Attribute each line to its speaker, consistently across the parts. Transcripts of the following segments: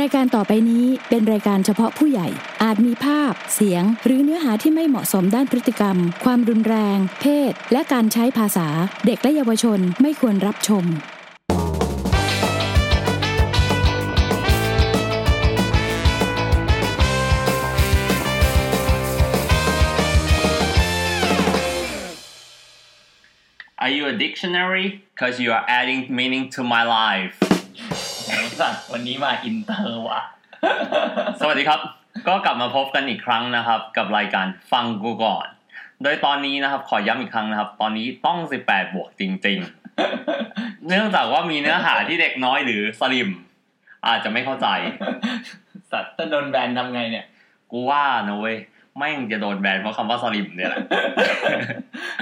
Speaker 1: รายการต่อไปนี้เป็นรายการเฉพาะผู้ใหญ่ อาจมีภาพ เสียง หรือเนื้อหาที่ไม่เหมาะสมด้านพฤติกรรม ความรุนแรง เพศ และการใช้ภาษา เด็กและเยาวชนไม่ควรรับชม
Speaker 2: Are you a dictionary? Cause you are adding meaning to my life.
Speaker 3: ไอ้สัตว์วันนี้มาอินเตอร์ว่ะ
Speaker 2: สวัสดีครับ ก็กลับมาพบกันอีกครั้งนะครับ กับรายการฟังกูก่อน โดยตอนนี้นะครับขอย้ำอีกครั้งนะครับ ตอนนี้ต้อง 18 บวกจริง ๆ เนื่องจากว่ามีเนื้อหาที่เด็กน้อยหรือสลิม อาจจะไม่เข้าใจ
Speaker 3: สัตว์ถ้าโดนแบนทำไงเนี่ย
Speaker 2: กูว่านะเว้ยแม่งจะโดนแบนเพราะคำว่าสลิมเนี่ยแหละ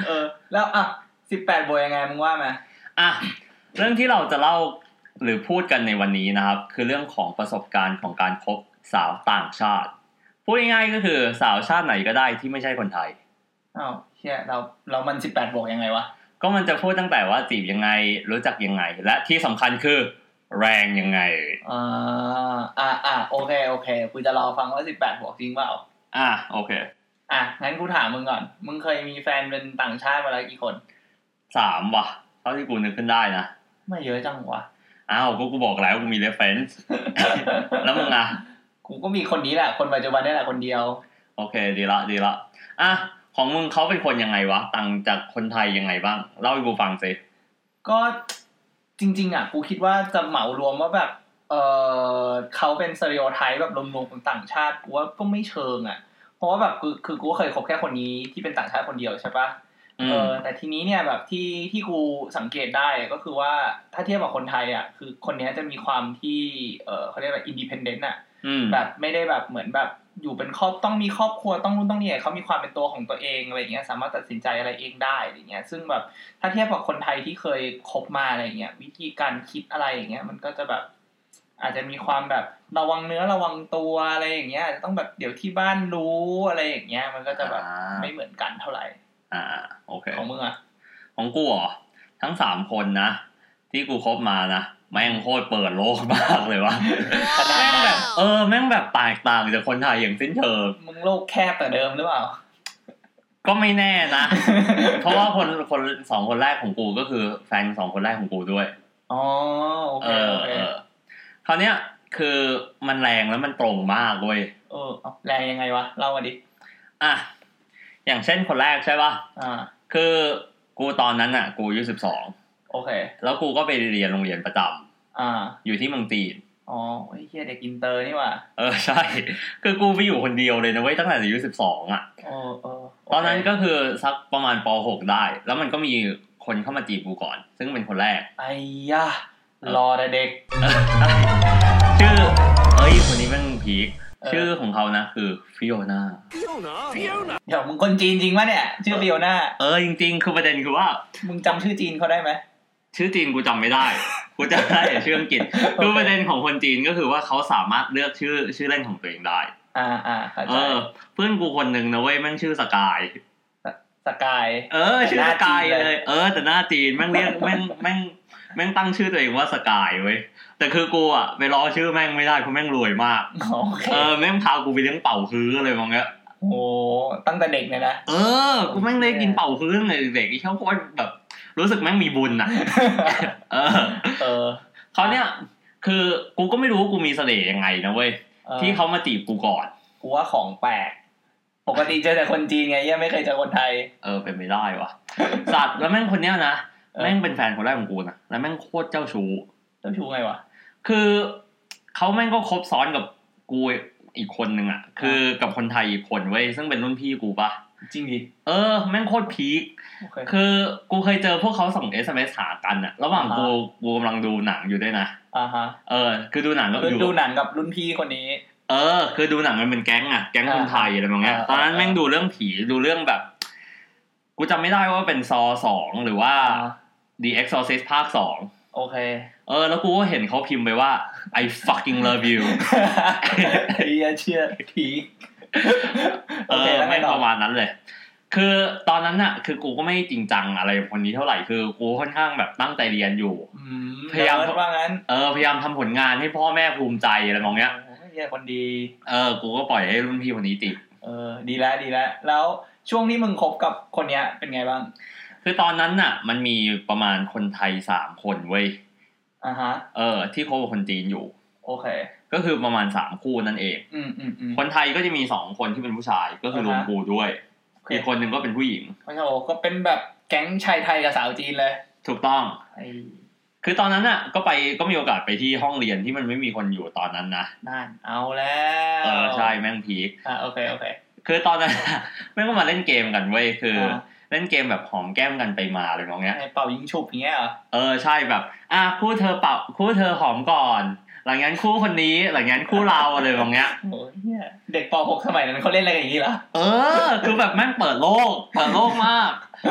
Speaker 3: เออ แล้วอ่ะสิบแปดบวยยังไงมึงว่ามา
Speaker 2: อ่ะเรื่องที่เราจะเล่าหรือพูดกันในวันนี้นะครับ คือเรื่องของประสบการณ์ของการคบสาวต่างชาติ พูดง่ายๆก็คือสาวชาติไหนก็ได้ที่ไม่ใช่คนไทย
Speaker 3: อ้าวเชี่ยเราเรามันสิบแปดบวกยังไงวะ
Speaker 2: ก็มันจะพูดตั้งแต่ว่าจีบยังไง รู้จักยังไง และที่สำคัญคือแรงยังไง
Speaker 3: อ่าอ่าอ่าโอเคโอเคกูจะรอฟังว่าสิบแปดบวกจริงเปล่า
Speaker 2: อ่ะโอเค
Speaker 3: อ่ะงั้นกูถามมึงก่อน มึงเคยมีแฟนเป็นต่างชาติมาแล้วกี่คน
Speaker 2: สามว่ะเท่าที่กูนึกขึ้นได้นะ
Speaker 3: ไม่เยอะจังวะ
Speaker 2: อ้าวก็กูบอกแล้วกูมีเรฟเฟนซ์ แล้วมึงอ่ะ
Speaker 3: กูก็มีคนนี้แหละ คนปัจจุบันนี่แหละคนเดียว
Speaker 2: โอเคดีละดีละอ่ะของมึงเขาเป็นคนยังไงวะต่างจากคนไทยยังไงบ้างเล่าให้กูฟังสิ
Speaker 3: ก็จริง ๆ อ่ะ กูคิดว่าจะเหมารวมว่าแบบ เออเขาเป็นสเตอริโอไทป์แบบรวมๆของต่างชาติกูว่าก็ไม่เชิงอ่ะ เพราะว่าแบบคือคือกูก็เคยคบแค่คนนี้ที่เป็นต่างชาติคนเดียวใช่ปะ
Speaker 2: อื
Speaker 3: เอ
Speaker 2: ม
Speaker 3: อแต่ทีนี้เนี่ยแบบที่ที่กูสังเกตได้ก็คือว่าถ้าเทียบกับคนไทยอ่ะคือคนเนี้ยจะมีความที่เออเขาเรียกอะไรอินดิเพนเดนต์อ่ะ
Speaker 2: อืม
Speaker 3: แบบไม่ได้แบบเหมือนแบบอยู่เป็นครอบต้องมีครอบครัวต้องนู่นต้องนี่เขามีความเป็นตัวของตัวเองอะไรอย่างเงี้ยสามารถตัดสินใจอะไรเองได้อะไรอย่างเงี้ยซึ่งแบบถ้าเทียบกับคนไทยที่เคยคบมาอะไรอย่างเงี้ยวิธีการคิดอะไรอย่างเงี้ยมันก็จะแบบ อาจจะมีความแบบระวังเนื้อระวังตัวอะไรอย่างเงี้ยอาจจะต้องแบบเดี๋ยวที่บ้านรู้อะไรอย่างเงี้ย มันก็จะแบบ
Speaker 2: อ่า
Speaker 3: ไม่เหมือนกันเท่าไหร่
Speaker 2: อ่าโอเค
Speaker 3: ของมึงอะ
Speaker 2: ของกูเหรอทั้งสามคนนะ ที่กูคบมานะ แม่งโคตรเปิดโลกมากเลยวะแม่งแบบ เออ แม่งแบบแตกต่างจากคนไทยอย่างสิ้นเชิง
Speaker 3: มึงโลกแคบแต่าเดิมหรือเปล่า
Speaker 2: ก็ไม่แน่นะ เพราะว่าคนคนสองคนแรกของกูก็คือแฟนสองคนแรกของกูด้วย
Speaker 3: อ๋อโอ
Speaker 2: เอ
Speaker 3: เค
Speaker 2: อ
Speaker 3: โอเค
Speaker 2: เออคราวเนี้ยคือมันแรงแล้วมันตรงมากเว้ย
Speaker 3: เออเอาแรงยังไงวะเล่ามาดิ
Speaker 2: อ่ะอย่างเช่นคนแรกใช่ปะ
Speaker 3: อ่า
Speaker 2: คือกูตอนนั้นอ่ะ กูอายุสิบสอง
Speaker 3: โอเค
Speaker 2: แล้วกูก็ไปเรียนโรงเรียนประจำ
Speaker 3: อ่า
Speaker 2: อยู่ที่เมืองจีน
Speaker 3: อ๋อไอ้เฮียเด็กอินเตอร์นี่หว่า
Speaker 2: เออ ใช่ คือกูไปอยู่คนเดียวเลยนะเว้ยตั้งแต่อายุสิบสองอ่ะ
Speaker 3: โอ้เออโเค
Speaker 2: ตอนนั้นก็คือสักประมาณปหกได้ แล้วมันก็มีคนเข้ามาจีบกูก่อน ซึ่งเป็นคนแรก
Speaker 3: ไอ้ยะรอแต่เด็ก
Speaker 2: เออใช่ชื่อ เอ้ยคนนี้แม่งพีค
Speaker 3: เออ
Speaker 2: ชื่อของเขานะคือฟิโอนา
Speaker 3: เดี๋ยวมึงคนจีนจริงปะเนี่ย ชื่อเบียวน่า
Speaker 2: เออจริงๆ คือประเด็นคือว่า
Speaker 3: มึงจำชื่อจีนเขาได้ไหม
Speaker 2: ชื่อจีนกูจำไม่ได้ กูจำได้แต่ชื่ออัง กฤษคือประเด็นของคนจีนก็คือว่าเขาสามารถเลือกชื่อชื่อเล่นของตัวเองได้
Speaker 3: อ่าอ่าเข้า
Speaker 2: เอ
Speaker 3: ใจ
Speaker 2: อ เพื่อนกูคนหนึ่งนะเว้ยแม่งชื่อสกาย
Speaker 3: สกาย
Speaker 2: เออชื่อสกายเลย เออ แต่หน้าจีนแม่งเรีย กแม่งแม่งแม่งตั้งชื่อตัวเองว่าสกายเว้ยแต่คือกูอ่ะไปล้อชื่อแม่งไม่ได้เพราะแม่งรวยมาก
Speaker 3: โอเค
Speaker 2: เออแม่งพากูไปเลี้ยงเป่าฮื้ออะไรมองเงี้ย
Speaker 3: โอ้โหตั้งแต่เด็ก เลยนะ
Speaker 2: เออกูแม่งได้กินเป่าฮื้อตั้งแต่เด็กที่ชอบโคตรแบบ รู้สึกแม่งมีบุญอ่ะ เออ
Speaker 3: เออ
Speaker 2: เขาวเนี้ยคือกูก็ไม่รู้ว่ากูมีเสน่ห์ยังไงนะเว้ย
Speaker 3: ออ
Speaker 2: ที่เขามาจีบกูก่อน
Speaker 3: กูว่าของแปลก ปกติเจอแต่คนจีนไงเหี้ยังไม่เคยเจอคนไทย
Speaker 2: เออเป็นไม่ได้วะสัตว์แล้วแม่งคนเนี้ยนะ
Speaker 3: เออ
Speaker 2: แม่งเป็นแฟนคนแรกของกูนะแล้วแม่งโคตรเจ้าชู้
Speaker 3: เจ้าชู้ไงวะ
Speaker 2: คือเขาแม่งก็คบซ้อนกับกูอีกคนนึงอ่ะ คือกับคนไทยอีกคนเว้ยซึ่งเป็นรุ่นพี่กูปะ
Speaker 3: จริงดิ
Speaker 2: เออ แม่งโคตรพีค
Speaker 3: โอเค
Speaker 2: คือกูเคยเจอพวกเขาส่ง SMS หากันอะระหว่าง
Speaker 3: อ่าฮะ
Speaker 2: กูกูกำลังดูหนังอยู่ด้วยนะ
Speaker 3: อ่าฮะ
Speaker 2: เออ คือดูหนังก็
Speaker 3: คือ
Speaker 2: อ
Speaker 3: ดู
Speaker 2: ยู่
Speaker 3: หนังกับรุ่นพี่คนนี้
Speaker 2: เออ คือดูหนังมันเป็นแก๊งอะแก๊งคนไทยอะไรแบบเนี้ย
Speaker 3: อ่าฮะ
Speaker 2: ตอนนั้นแม่งดูเรื่องผีดูเรื่องแบบ กูจำไม่ได้ว่าเป็นซอสองหรือว่า The Exorcist ภาคสอง
Speaker 3: โอเค
Speaker 2: เออ แล้วกูก็เห็นเขาพิมพ์ไปว่า I fucking love you
Speaker 3: เฮียเชื่อผี
Speaker 2: เอ
Speaker 3: โอเค
Speaker 2: อ
Speaker 3: แล้วไง
Speaker 2: ไม่ง
Speaker 3: ต่อ
Speaker 2: ประมาณนั้นเลย คือตอนนั้นอะคือกูก็ไม่จริงจังอะไรกับคนนี้เท่าไหร่คือกูค่อนข้างแบบตั้งใจเรียนอยู่
Speaker 3: อืม
Speaker 2: พยายาม
Speaker 3: เนิร์ดว่างั้น
Speaker 2: เออพยายามทำผลงานให้พ่อแม่ภูมิใจอะไรมองเงี้ย
Speaker 3: โอ้ยเหี้ยคนดี
Speaker 2: เออกูก็ปล่อยให้รุ่นพี่คนนี้ติด
Speaker 3: เออ ดีแล้วดีแล้ว แล้วช่วงที่มึงคบกับคนเนี้ยเป็นไงบ้าง
Speaker 2: คือตอนนั้นน่ะ มันมีประมาณคนไทยสามคนเว้ย
Speaker 3: อ่าฮะ
Speaker 2: เออ ที่คบกับคนจีนอยู่
Speaker 3: โอเค
Speaker 2: ก็คือประมาณสามคู่นั่นเอง
Speaker 3: อืมอืมอืม
Speaker 2: คนไทยก็จะมีสองคนที่เป็นผู้ชายก็คือรวม
Speaker 3: อ่าฮะ
Speaker 2: กูด้วย
Speaker 3: โอเค
Speaker 2: อีกคนหนึ่งก็เป็นผู้หญิง
Speaker 3: โอ้โหก็เป็นแบบแก๊งชายไทยกับสาวจีนเลย
Speaker 2: ถูกต้อง
Speaker 3: ไอ้
Speaker 2: คือตอนนั้นน่ะ ก็ไปก็มีโอกาสไปที่ห้องเรียนที่มันไม่มีคนอยู่ตอนนั้นนะ
Speaker 3: นั่นเอาแล้ว
Speaker 2: เออใช่แม่งพีค
Speaker 3: อ่าโอเคโอเค
Speaker 2: คือตอนนั้น น่ะ แม่งก็มาเล่นเกมกันเว้ยคืออา เล่นเกมแบบหอมแก้มกันไปมาอะไรมองเงี้ย
Speaker 3: ไอ้เป่ายิงฉุบอย่างเงี้ยเหรอ
Speaker 2: เออใช่แบบ อ่ะคู่เธอเป่าคู่เธอหอมก่อน หลังนั้นคู่คนนี้หลังนั้นคู่เราอะไรมองเงี้ย
Speaker 3: โอ้ยเหี้ยเด็กป .6 สมัยนั้นเขาเล่นอะไรกันอย่างนี้เหรอ
Speaker 2: เออ คือแบบแม่งเปิดโลก เปิดโลกมาก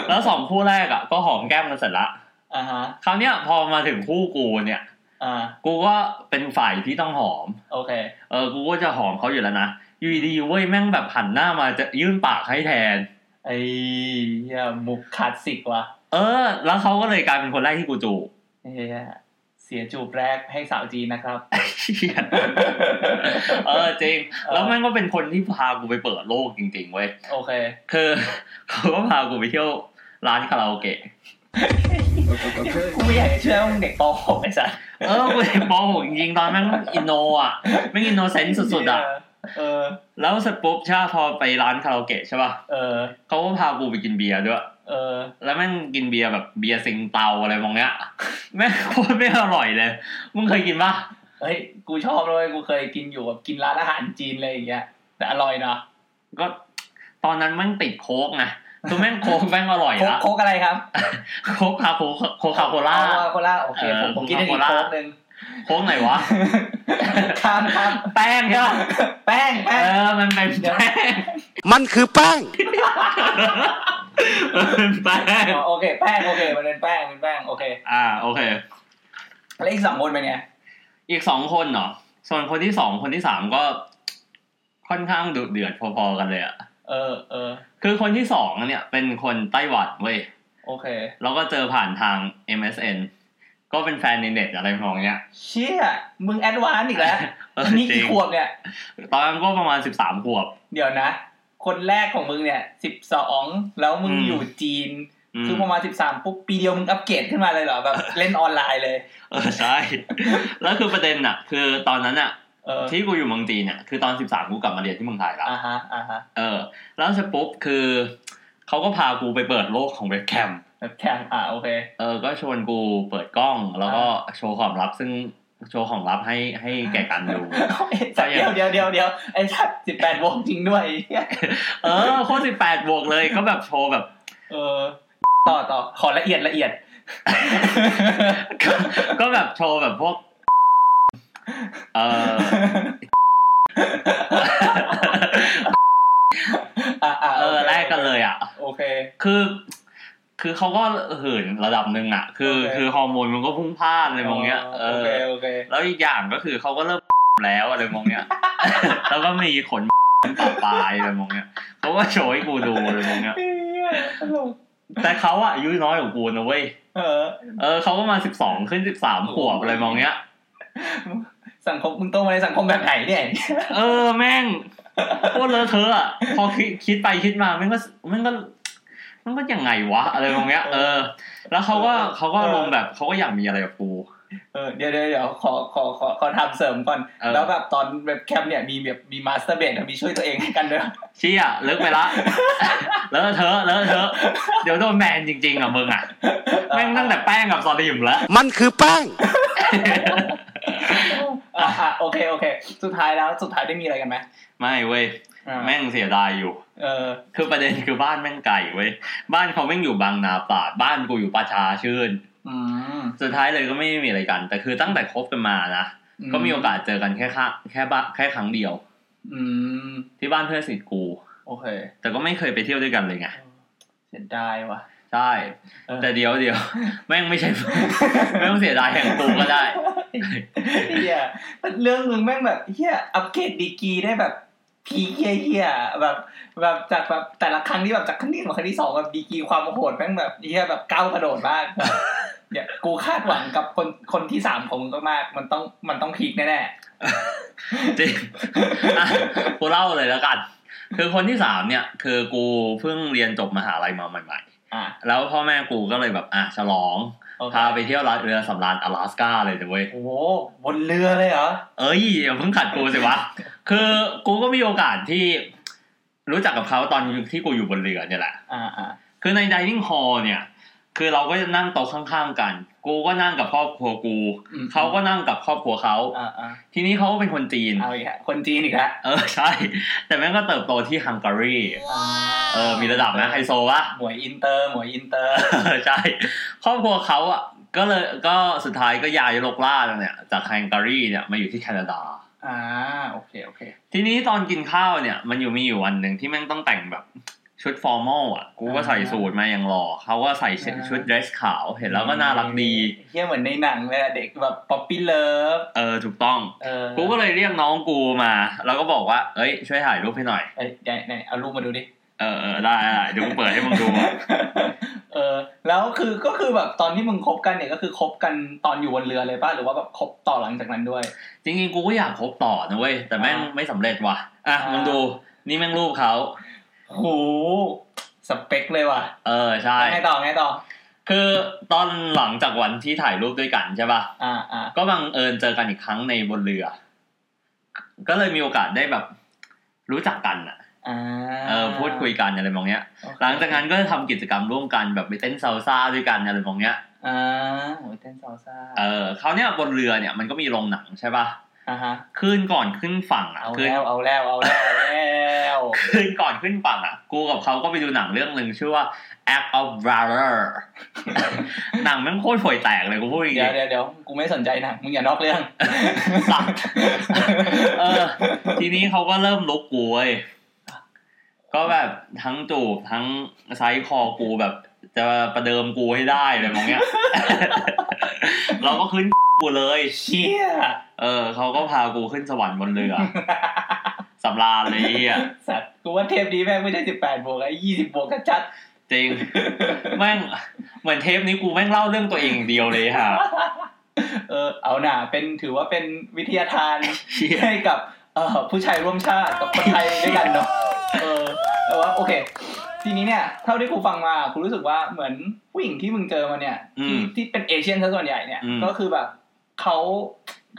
Speaker 2: แล้วสองคู่แรกอ่ะ ก็หอมแก้มกันเสร็จละ
Speaker 3: อ่าฮะ
Speaker 2: คราวเนี้ยพอมาถึงคู่กูเนี่ย
Speaker 3: อ่า
Speaker 2: กูก็เป็นฝ่ายที่ต้องหอม
Speaker 3: โอเค
Speaker 2: เออ กูก็จะหอมเขาอยู่แล้วนะ อยู่ดีๆเว้ยแม่งแบบหันหน้ามาจะยื่นปากให้แทน
Speaker 3: ไอ้เหี้ยมุกคลาสสิกว่ะ
Speaker 2: เออ แล้วเขาก็เลยกลายเป็นคนแรกที่กูจูบ
Speaker 3: เหี้ยเสียจูบแรกให้สาวจีนนะครับ
Speaker 2: เออจริง แล้วแม่งก็เป็นคนที่พากูไปเปิดโลกจริงๆเว้ย
Speaker 3: โอเค
Speaker 2: คือ เขาก็พากูไปเที่ยวร้านคาราโอเกะ
Speaker 3: กูไม่อยากจะเชื่อว่ามึงเด็กป .6 ไอ้สัส
Speaker 2: เออกูเห็นปหกจริงๆตอนแม่งอินโนอ่ะแม่งอินโนเซนต์สุดๆอ่ะ
Speaker 3: เออ
Speaker 2: แล้วเสร็จปุ๊บใช่ปะพอไปร้านคาราโอเกะใช่ป่ะ
Speaker 3: เออ
Speaker 2: เขาก็พากูไปกินเบียร์ด้วย
Speaker 3: เออ
Speaker 2: แล้วแม่งกินเบียร์แบบเบียร์เซิงเตาอะไรมองเงี้ยแม่งโคตรไม่อร่อยเลยมึงเคยกินปะ
Speaker 3: เฮ้ย กูชอบเลยกูเคยกินอยู่แบบกินร้านอาหารจีนเลยอย่างเงี้ย แต่อร่อยเนาะ
Speaker 2: ก็ ตอนนั้นแม่งติดโค้กไงคือแม่งโค้กแม่งอร่อย
Speaker 3: โค้ก
Speaker 2: ละ
Speaker 3: โค้กอะไรครับ
Speaker 2: โค้กคาโคโคคาโคล่า
Speaker 3: อ๋อโคล่าโอเค
Speaker 2: เออ
Speaker 3: ผมผมกินได้อี
Speaker 2: โค
Speaker 3: ก
Speaker 2: ลา
Speaker 3: โค้ก หนึ่ง
Speaker 2: โค้กไหนวะ
Speaker 3: ครับครับ
Speaker 2: แป้งใช่ปะ
Speaker 3: แป้ง
Speaker 2: เอ
Speaker 3: แป้ง
Speaker 2: อมันเป็นแป้ง
Speaker 4: มันคือแป้ง
Speaker 2: มันเป็นแป้ง
Speaker 3: อ๋อโอเคแป้งโอเคมันเป็นแป้งเป็นแป้งโอเค
Speaker 2: อ่าโอเค
Speaker 3: แล้วอีกสองคนเป็นไง
Speaker 2: อีกสองคนเหรอ ส่วนคนที่สองคนที่สามก็ ค่อนข้างดุเดือดพอๆกันเลยอะ
Speaker 3: เออเออ
Speaker 2: คือคนที่สองเนี่ยเป็นคนไต้หวันเว้ย
Speaker 3: โอเค
Speaker 2: แล้วก็เจอผ่านทาง MSN ก็เป็นแฟนในเน็ตอะไรมองเนี้ย
Speaker 3: เชี่ยมึงแอดวานซ์อีกแล้ว
Speaker 2: เออ
Speaker 3: อันนี้
Speaker 2: จริ
Speaker 3: กี่
Speaker 2: ง
Speaker 3: ขวบเนี่ย
Speaker 2: ตอนนั้นก็ประมาณสิบสามขวบ
Speaker 3: เดี๋ยวนะ คนแรกของมึงเนี่ยสิบสองแล้วมึง
Speaker 2: อืม
Speaker 3: อยู่จีน
Speaker 2: อืม
Speaker 3: คือพอมาสิบสามปุ๊บปีเดียวมึงอัปเกรดขึ้นมาเลยเหรอ แบบเล่นออนไลน์เลย
Speaker 2: เออใช่ แล้วคือประเด็นอะคือตอนนั้นอะ
Speaker 3: เออ
Speaker 2: ที่กูอยู่เมืองจีนอะคือตอนสิบสามกูกลับมาเรียนที่เมืองไทยละ
Speaker 3: อ่าฮะอ่าฮะ
Speaker 2: เออ แล้วเสร็จปุ๊บคือเขาก็พากูไปเปิดโลกของเว็บแคม
Speaker 3: แบบแคมอ่าโอเค
Speaker 2: เออ ก็ชวนกูเปิดกล้อง แล้วก็โชว์ของลับ ซึ่งโชว์ของลับให้ให้แก่กันดู
Speaker 3: ไอ้สัตว์เดียวเดียวเดียวเดียวไอ้สัตว์สิบแปดวงจริงด้วย เหี้ย
Speaker 2: เออ โคตรสิบแปดบวกเลย ก็แบบโชว์แบบ
Speaker 3: เออ ต่อต่อขอละเอียดละเอียด
Speaker 2: ก็ก็แบบโชว์แบบพวก เออ
Speaker 3: อ่าอ่า
Speaker 2: เออแลกกันเลยอ่ะ
Speaker 3: โอเค
Speaker 2: คือ คือเขาก็เหินระดับหนึ่งอ่ะ คือ
Speaker 3: โอเค
Speaker 2: คือฮอร์โมนมันก็พุ่งพล่านอะไรมองเงี้ย เอ
Speaker 3: โอ
Speaker 2: อ
Speaker 3: เคโอเค
Speaker 2: แล้วอีกอย่างก็คือเขาก็เริ่ม แล้วอะไรมองเนี้ย แล้วก็มีขนปะปลายอะไรมองเนี้ยเขาก็โชว์ให้กูดูอะไรมองเนี้ย
Speaker 3: ตลก
Speaker 2: แต่เขาอะอายุน้อยกว่ากูนะเว้ย
Speaker 3: เออ
Speaker 2: เออเขาก็มาสิบสองขึ้นสิบสามขวบอะไรมองเนี้ย
Speaker 3: สังคมมึงโตมาในสังคมแบบไหนเนี่ย
Speaker 2: เออแม่งโคตรเลอะเทอะอะพอคิดคิดไปคิดมามันก็มันก็มันก็ยังไงวะอะไรมองเนี้ย เออ แล้วเขาก็เขาก็ลงแบบเขาก็อยากมีอะไรกับกู
Speaker 3: เออเดี๋ยวเดี๋ยวเดี๋ยวขอขอขอขอทำเสริมก่อน
Speaker 2: เออ
Speaker 3: แล้วแบบตอนแบบแคมเนี่ยมีแบบมีมาสเตอร์เบดมีช่วยตัวเองให้กันด้วย
Speaker 2: เชี่ยเลิกไปละ เลอะเทอะเลอะเทอะเดี๋ยวโดนแมนจริงๆอ่ะมึงอ่ะ แม่งตั้งแต่แป้งกับซอลิมแล้ว
Speaker 4: มันคือแป้ง
Speaker 3: อ่าอ่าโอเคโอเค สุดท้ายแล้วสุดท้ายได้มีอะไรกันไหม
Speaker 2: ไม่เว้ย
Speaker 3: อ่า
Speaker 2: แม่งเสียดายอยู่
Speaker 3: เออ
Speaker 2: คือประเด็นคือบ้านแม่งไก่เว้ยบ้านเขาแม่งอยู่บางนาป่าดบ้านกูอยู่ประชาชื่น
Speaker 3: อืม
Speaker 2: สุดท้ายเลยก็ไม่ได้มีอะไรกัน แต่คือตั้งแต่คบกันมานะ ก็มีโอกาสเจอกันแค่ครั้งแค่บ้านแค่ครั้งเดียว
Speaker 3: อืม
Speaker 2: ที่บ้านเพื่อนสนิทกู
Speaker 3: โอเค
Speaker 2: แต่ก็ไม่เคยไปเที่ยวด้วยกันเลยไง
Speaker 3: เสียดายว่ะ
Speaker 2: ใช่
Speaker 3: เออ
Speaker 2: แต่เดี๋ยวเดี๋ยว แม่งไม่ใช่ แม่งเสียดายแห่งกูก็ได้
Speaker 3: เฮียเรื่องมึงแม่งแบบเฮียอัปเกรดดีกรีได้แบบ พีคเฮี้ยๆแบบแบบจากแบบแต่ละครั้งที่แบบจากครั้งที่หนึ่งมาครั้งที่สองแบบดีกรีความโหดแม่งแบบเฮี้ยแบบก้าวกระโดดมาก เนี่ยกูคาดหวังกับคนคนที่สามของมึงก็มาก มันต้องมันต้องพีคแน่
Speaker 2: จริงอ่ะกูเล่าเลยแล้วกัน คือคนที่สามเนี่ย คือกูเพิ่งเรียนจบมหาลัยมาใหม่
Speaker 3: ๆอ่ะ
Speaker 2: ๆ แล้วพ่อแม่กูก็เลยแบบอ่ะฉลอง
Speaker 3: โอเค
Speaker 2: พาไปเที่ยวรัดเรือสำราญอลาสก้าเลยนะเว้ย
Speaker 3: โอ้โหบนเรือเลยเหรอ
Speaker 2: เอ้ยอย่าเพิ่งขัดกูสิวะ คือกูก็มีโอกาสที่รู้จักกับเขาตอนที่กูอยู่บนเรือเนี่ยแหละ
Speaker 3: อ่าอ่า
Speaker 2: คือใน dining hall เนี่ย คือเราก็จะนั่งโต๊ะข้างๆกัน กูก็นั่งกับครอบครัวกู
Speaker 3: อืม
Speaker 2: เขาก็นั่งกับครอบครัวเขา
Speaker 3: อ่าอ่า
Speaker 2: ทีนี้เขาก็เป็นคนจีน
Speaker 3: เอาอีกแล้วคนจีนอีกแล้ว
Speaker 2: เออใช่ แต่แม่งก็เติบโตที่ฮังการี เออมีระดับนะไฮโซวะ
Speaker 3: หมวยอินเตอร์หมวยอินเตอร์
Speaker 2: เออ ใช่ครอบครัวเขาอ่ะ ก็เลยก็สุดท้ายก็ย้ายโลกล่าเนี่ย จากฮังการีเนี่ยมาอยู่ที่แคนาดา
Speaker 3: อ่าโอเคโอเค
Speaker 2: ทีนี้ตอนกินข้าวเนี่ย มันอยู่มีอยู่วันหนึ่งที่แม่งต้องแต่งแบบชุดฟอร์มอลอ่ะ กูก็ใส่สูทมาอย่างหล่อเขาก็ใส่เชิ้ต
Speaker 3: อ่า
Speaker 2: ชุดเดรสขาวเห็นแล้วก็น่ารักดี
Speaker 3: เฮี้ยเหมือนในหนังเลยอะเด็กแบบป๊อปปี้เลิฟ
Speaker 2: เออถูกต้อง
Speaker 3: เออ
Speaker 2: กูก็เลยเรียกน้องกูมา แล้วก็บอกว่า เอ้ย ช่วยถ่ายรูปให้หน่อย
Speaker 3: เอ้ยไหนไหนเอารูปมาดูดิ
Speaker 2: เออเออได้ได้เดี๋ยวกูเปิดให้มึงดู
Speaker 3: เออแล้วคือก็คือแบบตอนที่มึงคบกันเนี่ยก็คือคบกันตอนอยู่บนเรือเลยป่ะหรือว่าแบบคบต่อหลังจากนั้นด้วย
Speaker 2: จริงๆ กูก็อยากคบต่อนะเว้ย แต่แม่ง
Speaker 3: อ่า
Speaker 2: ไม่สำเร็จว่ะ อ่ะ
Speaker 3: อ่ามึ
Speaker 2: มึงดู นี่แม่งรูปเขา
Speaker 3: โหสเปคเลยว่ะ
Speaker 2: เออใช่
Speaker 3: ไงต่อไงต่อ
Speaker 2: คือตอนหลังจากวันที่ถ่ายรูปด้วยกันใช่ป่ะ
Speaker 3: อ่าอ่า
Speaker 2: ก็บังเอิญเจอกันอีกครั้งในบนเรือ ก็เลยมีโอกาสได้แบบ รู้จักกันอ่ะ
Speaker 3: อ่า
Speaker 2: เออพูดคุยกันอะไรมองเนี้ย
Speaker 3: โอเค
Speaker 2: หลังจากนั้นก็ทำกิจกรรมร่วมกันแบบไปเต้นซาลซ่าด้วยกันอะไรมองเนี้ย
Speaker 3: อ่าโอ้ยเต้นซอลซ่า
Speaker 2: เออคราวเนี้ยบนเรือเนี่ยมันก็มีโรงหนังใช่ป่ะ
Speaker 3: อ่าฮะ
Speaker 2: ขึ้นก่อนขึ้นฝั่งอ่ะ
Speaker 3: เอา
Speaker 2: คืน
Speaker 3: แล้วเอาแล้วเอาแล้วเอาแล้ว
Speaker 2: คืนก่อนขึ้นฝั่งอ่ะ กูกับเขาก็ไปดูหนังเรื่องหนึ่งชื่อว่า Act of Valor หนังแมันโคตรห่วยแตกเลยกูพูดจริง
Speaker 3: เดี๋ยวเดี๋ยวเดี๋ยวกูไม่สนใจหนังมึงอย่านอกเรื่อง
Speaker 2: ๆสักเออ ทีนี้เขาก็เริ่มลุกกูเว้ยก็แบบทั้งจูบทั้งไซส์คอกูแบบ จะประเดิมกูให้ได้อะไรมองเนี้ย เราก็ขึ้นกูเลย
Speaker 3: เชี่ย
Speaker 2: เออเขาก็พากูขึ้นสวรรค์บนเรือสำราญเลยไอ้เฮีย
Speaker 3: สัตว์กูว่าเทปนี้แม่งไม่ได้สิบแปดบวกไอ้ยี่สิบบวกก็ชัด
Speaker 2: จริง แม่งเหมือนเทปนี้กูแม่งเล่าเรื่องตัวเองอย่างเดียวเลยค่ะ
Speaker 3: เออเอาหน่าเป็นถือว่าเป็นวิทยา ทาน
Speaker 2: เชี่ย
Speaker 3: ให้กับเอ่อผู้ชายร่วมชาติกับคนไทยด้วยกันเนาะเออแต่ว่าโอเค ทีนี้เนี่ยเท่าที่กูฟังมากูรู้สึกว่าเหมือนผู้หญิงที่มึงเจอมาเนี่ย
Speaker 2: อื
Speaker 3: ที่
Speaker 2: ม
Speaker 3: ที่เป็นเอเชียนซะส่วนใหญ่เนี่ย
Speaker 2: อืม
Speaker 3: ก็คือแบบเขา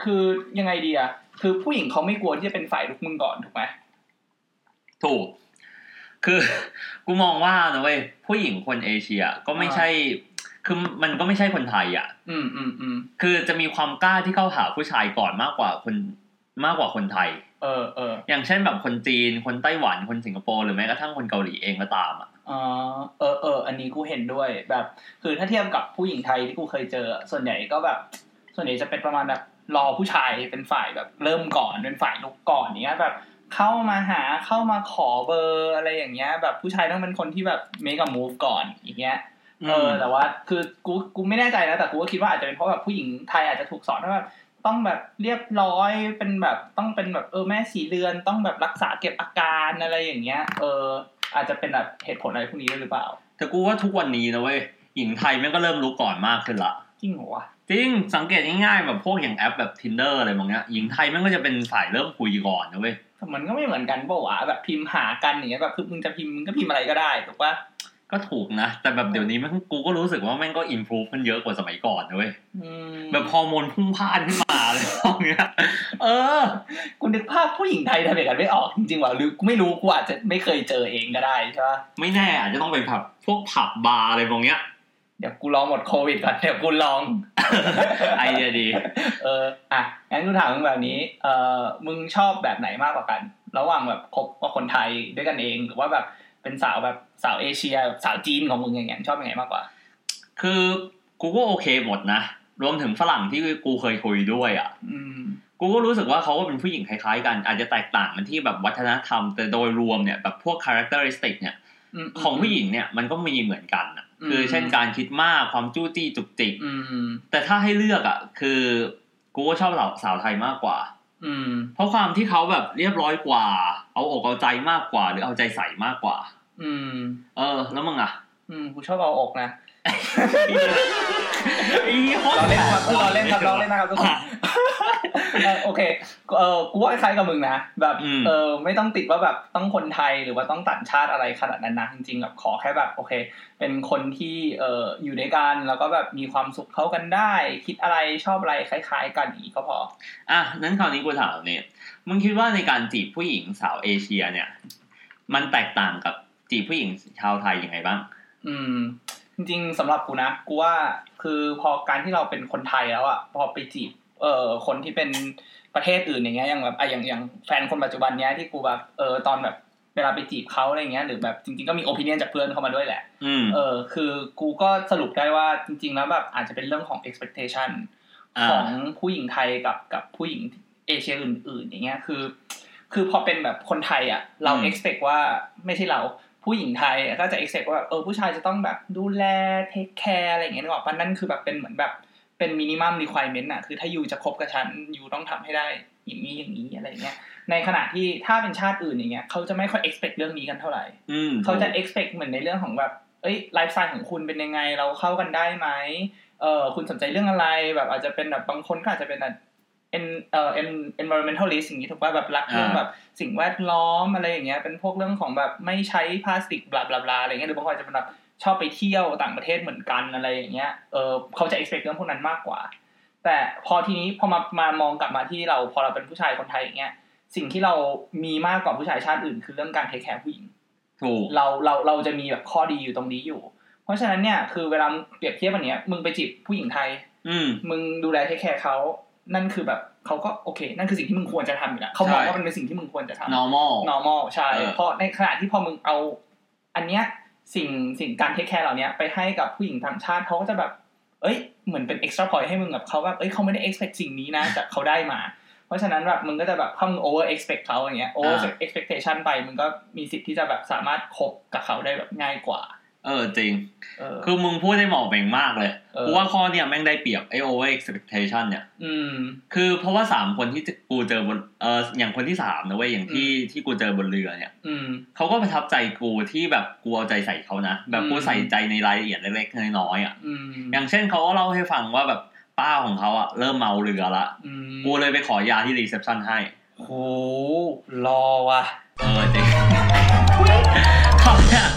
Speaker 3: คือยังไงดีอะคือผู้หญิงเขาไม่กลัวที่จะเป็นฝ่ายลุกมึงก่อนถูกไหม
Speaker 2: ถูก คือ กูมองว่านะเว้ยผู้หญิงคนเอเชียก็ไม่ใช่คือมันก็ไม่ใช่คนไทยอ่ะ
Speaker 3: อืมอืมอืม
Speaker 2: คือจะมีความกล้าที่เข้าหาผู้ชายก่อนมากกว่าคนมากกว่าคนไทย
Speaker 3: เออเออ
Speaker 2: อย่างเช่นแบบคนจีนคนไต้หวันคนสิงคโปร์หรือแม้กระทั่งคนเกาหลีเองก็ตามอ่ะ
Speaker 3: เออเออเอออันนี้กูเห็นด้วยแบบ คือถ้าเทียบกับผู้หญิงไทยที่กูเคยเจออะส่วนใหญ่ก็แบบ ส่วนใหญ่จะเป็นประมาณแบบรอผู้ชายเป็นฝ่ายแบบเริ่มก่อนเป็นฝ่ายลุกก่อนอย่างเนี้ยแบบ เข้ามาหาเข้ามาขอเบอร์อะไรอย่างเงี้ย แบบผู้ชายต้องเป็นคนที่แบบ make a move ก่อนอย่างเงี้ยเออแต่ว่าคือกูกูไม่แน่ใจนะแต่กูก็คิดว่าอาจจะเป็นเพราะแบบผู้หญิงไทยอาจจะถูกสอนว่าแบบต้องแบบเรียบร้อยเป็นแบบต้องเป็นแบบเออแม่สีเรือนต้องแบบรักษาเก็บอาการอะไรอย่างเงี้ย เออ อาจจะเป็นแบบเหตุผลอะไรพวกนี้ด้วยหรือเปล่า
Speaker 2: แต่กูว่าทุกวันนี้นะเว้ยหญิงไทยแม่งก็เริ่มรู้ก่อนมากขึ้นละ
Speaker 3: จริงเหรอวะ
Speaker 2: จริง สังเกตง่ายๆแบบพวกอย่างแอปแบบ tinder อะไรบางอย่างหญิงไทยแม่งก็จะเป็นฝ่ายเริ่มคุยก่อนนะเว้ย
Speaker 3: แต่มันก็ไม่เหมือนกันเปล่าวะแบบพิมพ์หากันอย่างเงี้ยแบบคือมึงจะพิมพ์มึงก็พิมพ์อะไรก็ได้ถูกปะ
Speaker 2: ก็ถูกนะ แต่แบบเดี๋ยวนี้แม่งกูก็รู้สึกว่าแม่งก็อิน o ู e มันเยอะกว่าสมัยก่อนนะเว้ย
Speaker 3: อืม
Speaker 2: แบบฮอร์โมนพุ่งพล่านขึ้นมาเลย พวกเนี้ยเออ
Speaker 3: คุณนึกภาพผู้หญิงไทยทำอย่างนั้นไม่ออกจริงๆว่ะหรือกูไม่รู้กูอาจจะไม่เคยเจอเองก็ได้ใช่ปะ
Speaker 2: ไม่แน่อาจจะต้องไปผับพวกผับบาร์อะไรพวกเนี้ย
Speaker 3: เดี๋ยวกูลองหมดโควิดก่อนเดี๋ยวกูลอง
Speaker 2: ไอเดียดี
Speaker 3: เอออ่ะงั้นกูถามมึงแบบนี้เออมึงชอบแบบไหนมากกว่ากัน ระหว่างแบบคบกับคนไทยด้วยกันเองหรือว่าแบบเป็นสาวแบบสาวเอเชียสาวจีนของมึงอย่างเงี้ยชอบยังไงมากกว่า
Speaker 2: คือกูก็โอเคหมดนะ รวมถึงฝรั่งที่กูเคยคุยด้วยอ่ะ
Speaker 3: อืม
Speaker 2: กูก็รู้สึกว่าเขาก็เป็นผู้หญิงคล้ายๆกัน อาจจะแตกต่างกันที่แบบวัฒนธรรม แต่โดยรวมเนี่ยแบบพวก characteristic เนี่ย
Speaker 3: ม
Speaker 2: ของผู้หญิงเนี่ยมันก็มีเหมือนกันน่ะ
Speaker 3: อืม
Speaker 2: คือเช่นการคิดมากความจู้จี้จุกจิก
Speaker 3: อืม
Speaker 2: แต่ถ้าให้เลือกอ่ะคือกูก็ชอบสาวสาวไทยมากกว่า
Speaker 3: อืม
Speaker 2: เพราะความที่เขาแบบเรียบร้อยกว่า เอาอกเอาใจมากกว่า หรือเอาใจใส่มากกว่า
Speaker 3: อืม
Speaker 2: เออ แล้วมึงอ่ะ
Speaker 3: อืมกูชอบเอาอกนะ
Speaker 2: อีโคต
Speaker 3: เรา
Speaker 2: ร
Speaker 3: เล่นครับเราเล่นครับเราเล่นนะครับทุกคน
Speaker 2: อ่ะ
Speaker 3: เออโอเคเออกูว่าคล้ายกับมึงนะแบบ
Speaker 2: อืม
Speaker 3: เออไม่ต้องติดว่าแบบต้องคนไทยหรือว่าต้องต่างชาติอะไรขนาดนั้นนะจริงๆแบบขอแค่แบบโอเค เป็นคนที่เอออยู่ด้วยกันแล้วก็แบบมีความสุขเข้ากันได้ คิดอะไรชอบอะไรคล้าย ๆ กันอย่างนี้ก็พอ
Speaker 2: อ่ะนั้นคราวนี้กูถามเนี่ยมึงคิดว่าในการจีบผู้หญิงสาวเอเชียเนี่ย มันแตกต่างกับจีบผู้หญิงชาวไทยยังไงบ้าง
Speaker 3: อืม จริงๆสำหรับกูนะกูว่าคือพอการที่เราเป็นคนไทยแล้วอะพอไปจีบเอ่อคนที่เป็นประเทศอื่นอย่างเงี้ยอย่างแบบอ่ะอย่างอย่างแฟนคนปัจจุบันเนี้ยที่กูแบบเออตอนแบบเวลาไปจีบเขาอะไรเงี้ยหรือแบบจริงๆก็มีโอปิเนียนจากเพื่อนเข้ามาด้วยแหละ
Speaker 2: อืม
Speaker 3: เออคือกูก็สรุปได้ว่าจริง ๆ แล้วแบบอาจจะเป็นเรื่องของ expectation
Speaker 2: อ่า
Speaker 3: ของผู้หญิงไทยกับกับผู้หญิงเอเชียอื่น ๆ อย่างเงี้ยคือ คือพอเป็นแบบคนไทยอ่ะเรา expect ว่าไม่ใช่เราผู้หญิงไทยอะก็จะ expect ว่าแบบเออผู้ชายจะต้องแบบดูแล take care อะไรอย่างเงี้ยนึกออกปะนั่นคือแบบเป็นเหมือนแบบเป็น minimum requirement อ่ะคือถ้าอยู่จะคบกับฉันอยู่ต้องทำให้ได้อย่างนี้อย่างนี้อะไรอย่างเงี้ยในขณะที่ถ้าเป็นชาติอื่นอย่างเงี้ยเขาจะไม่ค่อย expect เรื่องนี้กันเท่าไหร่
Speaker 2: อืม
Speaker 3: เขาจะ expect เหมือนในเรื่องของแบบ เอ้ย ไลฟ์สไตล์ของคุณเป็นยังไง เราเข้ากันได้ไหมเออคุณสนใจเรื่องอะไร แบบอาจจะเป็นแบบบางคนก็อาจจะเป็นแบบ en เอ่อ en environmentalist อย่างนี้ถูกป่ะแบบรักเรื่องแบบสิ่งแวดล้อมอะไรอย่างเงี้ย เป็นพวกเรื่องของแบบไม่ใช้พลาสติก บลาบลาบลาอะไรเงี้ย หรือบางคนอาจจะเป็นแบบชอบไปเที่ยวต่างประเทศเหมือนกันอะไรอย่างเงี้ย เออเขาจะ expect เรื่องพวกนั้นมากกว่า แต่พอทีนี้พอมามามองกลับมาที่เรา พอเราเป็นผู้ชายคนไทยอย่างเงี้ย สิ่งที่เรามีมากกว่าผู้ชายชาติอื่น คือเรื่องการเทคแคร์ผู้หญิง
Speaker 2: ถูก
Speaker 3: เราเราเราจะมีแบบข้อดีอยู่ตรงนี้อยู่ เพราะฉะนั้นเนี่ยคือเวลามึงเปรียบเทียบอันเนี้ยมึงไปจีบผู้หญิงไทย
Speaker 2: อืม
Speaker 3: มึงดูแลเทคแคร์เขา นั่นคือแบบเขาก็โอเค นั่นคือสิ่งที่มึงควรจะทำอยู่แล้วเขามอง
Speaker 2: ใช่
Speaker 3: ว่ามันเป็นสิ่งที่มึงควรจะทำ
Speaker 2: normal
Speaker 3: normal ใช่
Speaker 2: เออ
Speaker 3: เพราะในขณะที่พอมึงเอา อันเนี้ยสิ่งสิ่งการเทคแคร์เหล่าเนี้ยไปให้กับผู้หญิงต่างชาติเขาก็จะแบบ เอ้ยเหมือนเป็น extra point ให้มึงแบบเขาแบบเอ้ยเขาไม่ได้ expect สิ่งนี้นะแต่เขาได้มา เพราะฉะนั้นแบบมึงก็จะแบบถ้ามึง over expect เขาอย่างเงี้ย over expectation ไปมึงก็มีสิทธิ์ที่จะแบบสามารถคบกับเขาได้แบบง่ายกว่า
Speaker 2: เออจริง
Speaker 3: เออ
Speaker 2: คือมึงพูดได้เหมาะเบ่งมากเลย
Speaker 3: เออ
Speaker 2: กูว่าข้อเนี่ยแม่งได้เปรียบไอ over expectation เนี่ย
Speaker 3: อืม
Speaker 2: คือเพราะว่าสามคนที่กูเจอบนเอออย่างคนที่สามนะเว้ยอย่างที่ที่กูเจอบนเรือเนี่ย
Speaker 3: อืม
Speaker 2: เขาก็ประทับใจกูที่แบบกูเอาใจใส่เขานะแบบกู
Speaker 3: อืม
Speaker 2: ใส่ใจในรายละเอียดเล็กๆน้อยๆอ่ะ
Speaker 3: อืม
Speaker 2: อย่างเช่นเขาก็เล่าให้ฟังว่าแบบป้าของเขาอ่ะเริ่มเมาเรือละ
Speaker 3: อืม
Speaker 2: กูเลยไปขอยาที่รีเซพชันให้
Speaker 3: โหรอว่ะ
Speaker 2: เออจริงครับเนี่ย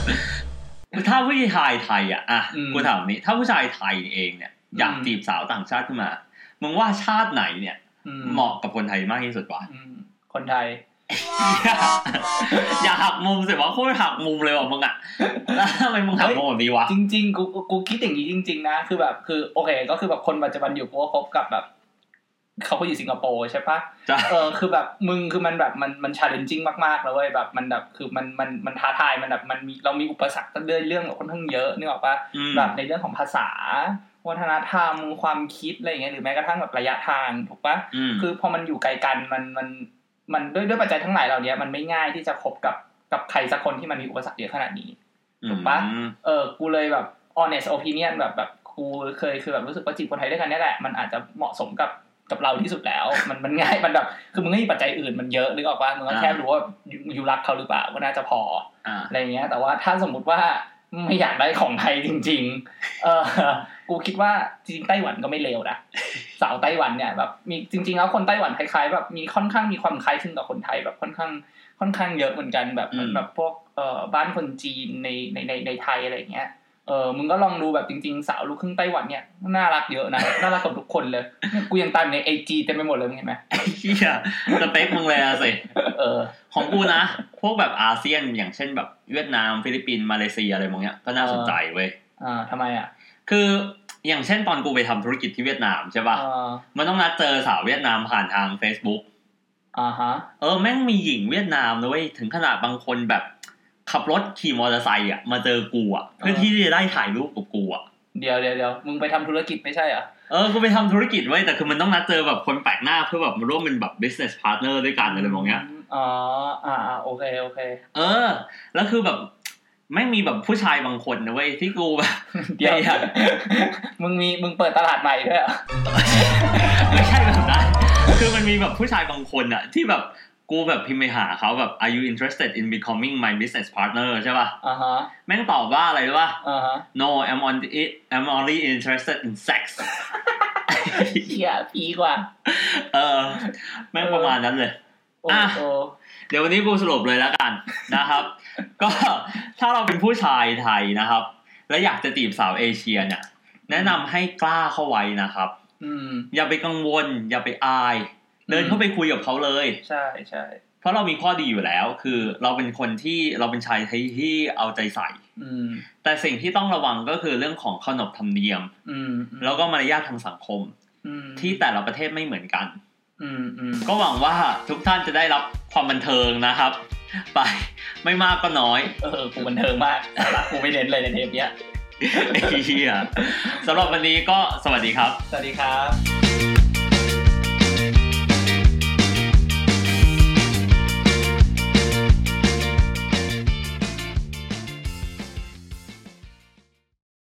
Speaker 2: ถ้าผู้ชายไทยอ่ะอ่ะ
Speaker 3: อืม
Speaker 2: กูถามนี้ถ้าผู้ชายไทยเองเนี่ยอยาก
Speaker 3: อืม
Speaker 2: จีบสาวต่างชาติขึ้นมามึงว่าชาติไหนเนี่ย
Speaker 3: อื
Speaker 2: เหมาะกับคนไทยมากที่สุดวะ
Speaker 3: อืมคนไทย
Speaker 2: อย่าหักมุมสิวะโคตรหักมุมเลยว่ะมึงอ่ะ แล้วทำไมมึงหักมุมแบบนี้วะ
Speaker 3: จริงๆ กูกูกูคิดอย่างนี้จริง ๆ นะ คือแบบ คือโอเค ก็คือแบบคนปัจจุบันอยู่กูก็คบกับแบบ เขาก็อยู่สิงคโปร์ใช่ปะ
Speaker 2: ใช่
Speaker 3: เออ คือแบบมึงคือมันแบบมันมันชาเลนจิ้งมากๆแล้วเว้ยแบบมันแบบคือมันมันมันท้าทายมันแบบมันมีเรามีอุปสรรคเรื่องเรื่องแบบค่อนข้างเยอะนึกออกปะ
Speaker 2: อืม
Speaker 3: แบบในเรื่องของภาษา วัฒนธรรม ความคิดอะไรอย่างเงี้ยหรือแม้กระทั่งแบบระยะทางถูกปะ
Speaker 2: อืม
Speaker 3: คือพอมันอยู่ไกลกันมันมันมันด้วยด้วยปัจจัยทั้งหลายเหล่านี้มันไม่ง่ายที่จะคบกับกับใครสักคนที่มันมีอุปสรรคเยอะขนาดนี้ ถูกปะ
Speaker 2: อืม
Speaker 3: เออกูเลยแบบ honest opinion แบบแบบกูเคยคือแบบรู้สึกว่าจีบคนไทยด้วยกันเนี่ยแหละ มันอาจจะเหมาะสมกับกับเราที่สุดแล้ว มันมันง่ายมันแบบคือมึงไม่มีปัจจัยอื่นมันเยอะนึกออกปะมึงก็แค่รู้ว่าอยู่อยู่รักเขาหรือเปล่าก็น่าจะพอ
Speaker 2: อ่า
Speaker 3: อะไรอย่างเงี้ยแต่ว่าถ้าสมมุติว่าไม่อยากได้ของไทยจริง ๆ เออกูคิดว่าจริงๆไต้หวันก็ไม่เลว นะสาวไต้หวันเนี่ยแบบมีจริง ๆ แล้วคนไต้หวันคล้ายๆแบบมีค่อนข้างมีความคล้ายคลึงกับคนไทยแบบค่อนข้างค่อนข้างเยอะเหมือนกันแบบเหมือน
Speaker 2: อืม
Speaker 3: แบบพวกเอ่อบ้านคนจีนในในในในไทยอะไรอย่างเงี้ยเออมึงก็ลองดูแบบจริง ๆ สาวลูกครึ่งไต้หวันเนี่ยน่ารักเยอะนะ น่ารักกับทุกคนเลยเนี่ยกูยังตามในไอจีเต็มไปหมดเลยมึงเห็นไหม
Speaker 2: เฮียสเปคมึงเลยอะสิ
Speaker 3: เออ
Speaker 2: ของกูนะ พวกแบบอาเซียนอย่างเช่นแบบเวียดนาม ฟิลิปปินส์มาเลเซียอะไรมองเนี้ยก็น่าสนใจเว้ย
Speaker 3: อ่าทำไมอ่ะ
Speaker 2: คืออย่างเช่นตอนกูไปทำธุรกิจที่เวียดนามใช่ป่ะ
Speaker 3: เอ่า
Speaker 2: มันต้องนัดเจอสาวเวียดนามผ่านทาง Facebook
Speaker 3: อ่าฮะ
Speaker 2: เออแม่งมีหญิงเวียดนามนะเว้ยถึงขนาดบางคนแบบ ขับรถขี่มอเตอร์ไซค์อ่ะมาเจอกูอ่ะเพื่อที่จะได้ถ่ายรูปกับกูอ่ะ
Speaker 3: เดี๋ยวเดี๋ยวเดี๋ยวมึงไปทำธุรกิจไม่ใช่เหรอ
Speaker 2: เออ กูไปทำธุรกิจไว้ยแต่คือมันต้องนัดเจอแบบคนแปลกหน้าเพื่อแบบมาร่วมเป็นแบบ business partner ด้วยกันอะไรแบบเนี้ย
Speaker 3: อ๋อ อ่า โอเค โอ เค
Speaker 2: เออ แล้วคือแบบไม่งมีแบบผู้ชายบางคนนะเว้ยที่กูแบบ
Speaker 3: เดี๋ยว
Speaker 2: ไม่อยาก
Speaker 3: มึงมี มึงเปิดตลาดใหม่ด้วยเหรอ
Speaker 2: ไม่ใช่แบบนั้นคือมันมี มีแบบผู้ชายบางคนอะที่แบบกูแบบพิมพ์ไปหาเขาแบบ are you interested in becoming my business partner ใช่ป่ะ
Speaker 3: อ่าฮะ
Speaker 2: แม่งตอบว่าอะไรรู้ป่ะ
Speaker 3: อ่า ฮะ
Speaker 2: no I'm on it I'm only interested in sex
Speaker 3: เฮียผีกว่า
Speaker 2: เออแม่งประมาณนั้นเลย
Speaker 3: โอ้
Speaker 2: อ่ะ
Speaker 3: โห
Speaker 2: เดี๋ยววันนี้กูสรุปเลยแล้วกันนะครับ ก็ถ้าเราเป็นผู้ชายไทยนะครับ และอยากจะจีบสาวเอเชียเนี่ย แนะนำให้กล้าเข้าไว้นะครับ
Speaker 3: อืม
Speaker 2: อย่าไปกังวล อย่าไปอาย เดินเข้าไปคุยกับเขาเลย
Speaker 3: ใช่ใช่
Speaker 2: เพราะเรามีข้อดีอยู่แล้ว คือเราเป็นคนที่เราเป็นชายไทยที่เอาใจใส่
Speaker 3: อืม
Speaker 2: แต่สิ่งที่ต้องระวังก็คือเรื่องของขนบธรรมเนียม
Speaker 3: อืมอืม
Speaker 2: แล้วก็มารยาททางสังคม
Speaker 3: อืม
Speaker 2: ที่แต่ละประเทศไม่เหมือนกัน
Speaker 3: อืมอืม
Speaker 2: ก็หวังว่าทุกท่านจะได้รับความบันเทิงนะครับ ไปไม่มากก็น้อย
Speaker 3: เออกูบันเทิงมากสาระกูไม่เน้นเลยในเทปเนี้ย
Speaker 2: ไอ้เฮียสำหรับวันนี้ก็สวัสดีครับ
Speaker 3: สวัสดีครับ